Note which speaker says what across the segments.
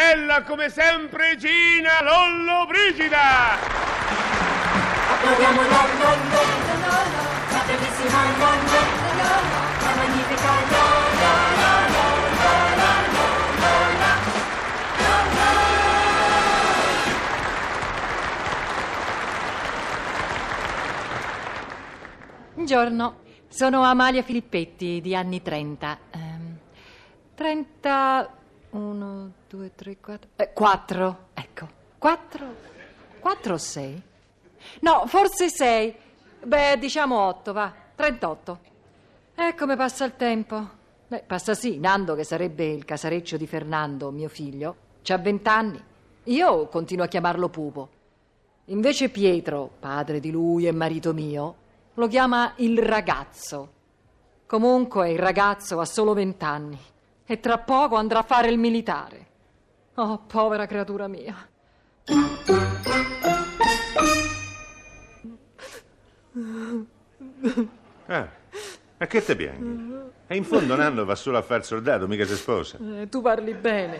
Speaker 1: bella come sempre Gina Lollobrigida!
Speaker 2: Applaudiamo la Lollo, la bellissima Lollo, la magnifica Lollo.
Speaker 3: Buongiorno, sono Amalia Filippetti di anni 30. Ehm, 30. 1, 2, 3, 4. 4, eh, ecco. 4. 4 o 6? No, forse 6. Beh, diciamo 8, va. 38. Eh, come passa il tempo. Beh, passa sì, Nando, che sarebbe il casareccio di Fernando, mio figlio, c'ha 20 anni. Io continuo a chiamarlo Pupo. Invece Pietro, padre di lui e marito mio, lo chiama il ragazzo. Comunque il ragazzo ha solo vent'anni e tra poco andrà a fare il militare. Oh, povera creatura mia.
Speaker 4: Ah, ma che te piangi? E in fondo Nando va solo a far soldato, mica si sposa.
Speaker 3: Eh, tu parli bene,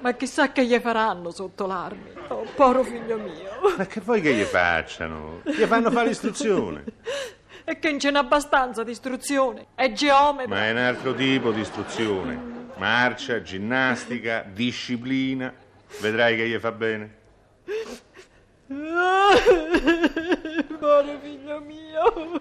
Speaker 3: ma chissà che gli faranno sotto l'armi. Oh, povero figlio mio.
Speaker 4: Ma che vuoi che gli facciano? Gli fanno fare istruzione.
Speaker 3: E che non ce n'è abbastanza di istruzione. È geometra.
Speaker 4: Ma è un altro tipo di istruzione. Marcia, ginnastica, disciplina. Vedrai che gli fa bene.
Speaker 3: Povero figlio mio,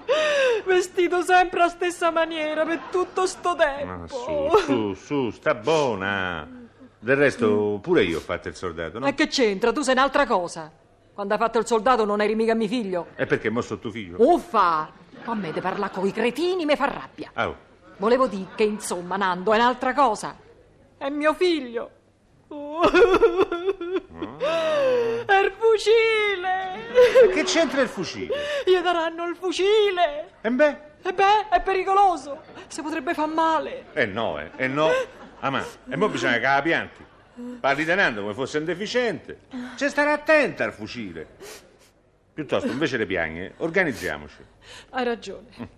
Speaker 3: vestito sempre alla stessa maniera per tutto
Speaker 4: Ma
Speaker 3: sto tempo.
Speaker 4: su, su, su, sta buona. Del resto pure io ho fatto il soldato, no?
Speaker 3: Ma che c'entra? Tu sei un'altra cosa. Quando hai fatto il soldato non eri mica mio figlio.
Speaker 4: E perché mo sono tuo figlio?
Speaker 3: Uffa! A me di parlare con i cretini mi fa rabbia.
Speaker 4: Ah, oh.
Speaker 3: Volevo dire che, insomma, Nando è un'altra cosa. È mio figlio.
Speaker 4: Ah.
Speaker 3: È il fucile!
Speaker 4: Che c'entra il fucile?
Speaker 3: Gli daranno il fucile!
Speaker 4: E beh...
Speaker 3: E beh, è pericoloso! Si potrebbe far male!
Speaker 4: Eh no, eh, eh no. Ah, ma, e mo bisogna che la pianti. Parli di Nando come fosse un deficiente. C'è stare attenta al fucile. Piuttosto, invece le piagne, organizziamoci.
Speaker 3: Hai ragione.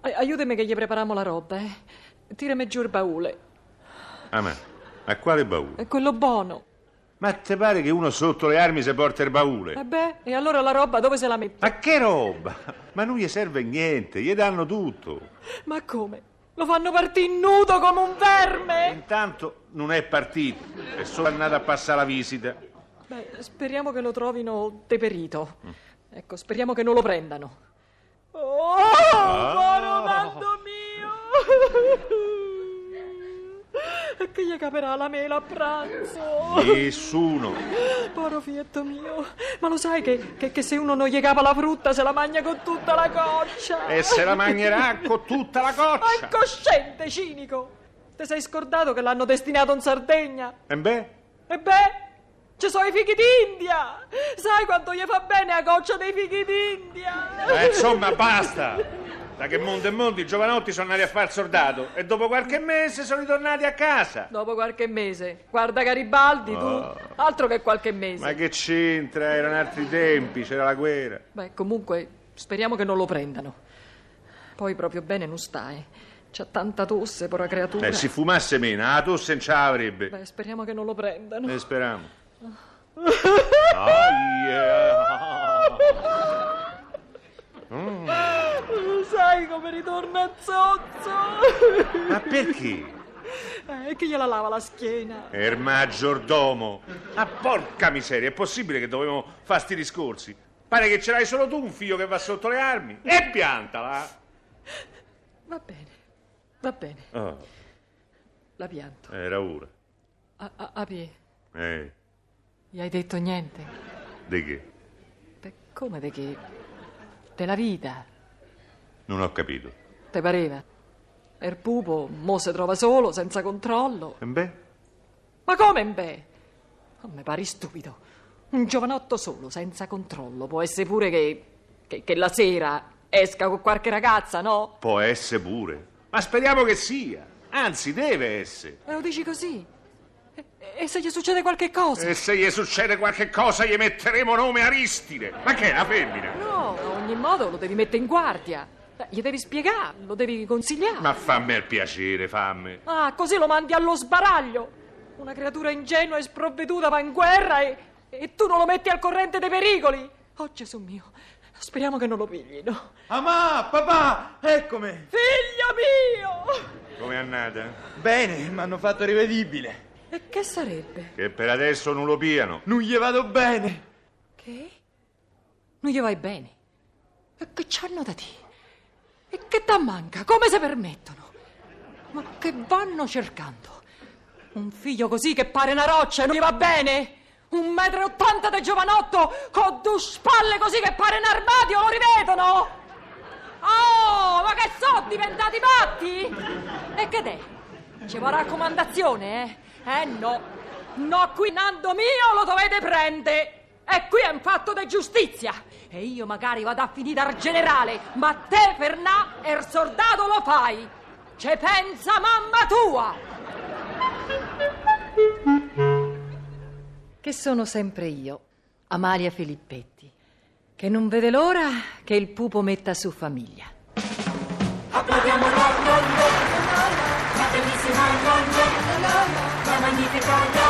Speaker 3: Ai- Aiutami che gli prepariamo la roba, eh. Tirami giù il baule.
Speaker 4: Ah, ma, ma quale baule?
Speaker 3: È quello buono.
Speaker 4: Ma te pare che uno sotto le armi si porta il
Speaker 3: E
Speaker 4: baule?
Speaker 3: Eh beh, e allora la roba dove se la metti?
Speaker 4: Ma che roba! Ma non gli serve niente, gli danno tutto.
Speaker 3: Ma come? Lo fanno partire nudo come un verme!
Speaker 4: Intanto non è partito, è solo andato a passare la visita.
Speaker 3: Beh, speriamo che lo trovino deperito. Ecco, speriamo che non lo prendano. Oh, buono Nando mio! E che gli caperà la mela a pranzo?
Speaker 4: Nessuno.
Speaker 3: Povero figlietto mio, ma lo sai che, che- che se uno non gli capa la frutta se la mangia con tutta la coccia?
Speaker 4: E se la mangerà con tutta la
Speaker 3: Ma
Speaker 4: coccia.
Speaker 3: incosciente, cinico! Ti sei scordato che l'hanno destinato in Sardegna?
Speaker 4: E Eh beh?
Speaker 3: E beh, ci sono i fichi d'India! Sai quanto gli fa bene a goccia dei fichi d'India?
Speaker 4: Eh, insomma, basta! Da che mondo e mondo i giovanotti sono andati a far soldato e dopo qualche mese sono ritornati a casa.
Speaker 3: Dopo qualche mese, guarda Garibaldi,
Speaker 4: Oh.
Speaker 3: tu, altro che qualche mese.
Speaker 4: Ma che c'entra? Erano altri tempi, c'era la guerra.
Speaker 3: Beh, comunque, speriamo che non lo prendano. Poi proprio bene non stai. C'ha tanta tosse, pora creatura.
Speaker 4: Eh, si fumasse meno, la tosse non ce l'avrebbe.
Speaker 3: Beh, speriamo che non lo prendano.
Speaker 4: Ne speriamo. Aia.
Speaker 3: Sai come ritorna zozzo?
Speaker 4: Ma perché?
Speaker 3: Eh, che gliela lava la schiena.
Speaker 4: È il maggiordomo. Ah, porca miseria, è possibile che dovevamo fare sti discorsi? Pare che ce l'hai solo tu un figlio che va sotto le armi. E piantala!
Speaker 3: Va bene, va bene,
Speaker 4: Oh,
Speaker 3: la pianto.
Speaker 4: era ora.
Speaker 3: A- a- Api,
Speaker 4: Eh,
Speaker 3: gli hai detto niente?
Speaker 4: di che?
Speaker 3: Beh, come de che? Della vita,
Speaker 4: Non ho capito.
Speaker 3: te pareva? E il pupo mo si trova solo, senza controllo.
Speaker 4: E Eh beh?
Speaker 3: Ma come, beh? Non mi pare stupido. Un giovanotto solo, senza controllo. Può essere pure che, che, che la sera esca con qualche ragazza, no?
Speaker 4: Può essere pure. Ma speriamo che sia. Anzi, deve essere.
Speaker 3: Me Eh, lo dici così? E, e se gli succede qualche cosa?
Speaker 4: E se gli succede qualche cosa gli metteremo nome Aristide. Ma che è la femmina?
Speaker 3: No, a ogni modo lo devi mettere in guardia. Eh, Gli devi spiegare, lo devi consigliare.
Speaker 4: Ma fammi il piacere, fammi.
Speaker 3: Ah, così lo mandi allo sbaraglio.
Speaker 5: Una creatura ingenua e sprovveduta va in guerra e, e tu non lo metti al corrente dei pericoli. Oh Gesù mio, speriamo che non lo piglino.
Speaker 6: Amà, Ah, papà, eccomi.
Speaker 5: Figlio mio!
Speaker 4: Come è andata?
Speaker 6: Bene, mi hanno fatto rivedibile.
Speaker 5: E che sarebbe?
Speaker 4: Che per adesso non lo piano.
Speaker 6: Non gli vado bene.
Speaker 5: Che?
Speaker 3: Non gli vai bene. E che c'hanno da te? E che t'ammanca? manca? Come se permettono? Ma che vanno cercando? Un figlio così che pare una roccia e non gli va bene? Un metro e ottanta di giovanotto con due spalle così che pare un armadio, lo rivedono?
Speaker 5: Oh, ma che sono diventati patti? E che è? Ci vorrà raccomandazione, eh? Eh no, no, qui Nando mio lo dovete prendere. E qui è un fatto di giustizia. E io magari vado a finire al generale, ma te, Fernà, er soldato lo fai. Ce pensa mamma tua.
Speaker 3: Che sono sempre io, Amalia Filippetti, che non vede l'ora che il pupo metta su famiglia.
Speaker 2: Applaudiamo la nonna, la bellissima nonna, la magnifica nonna.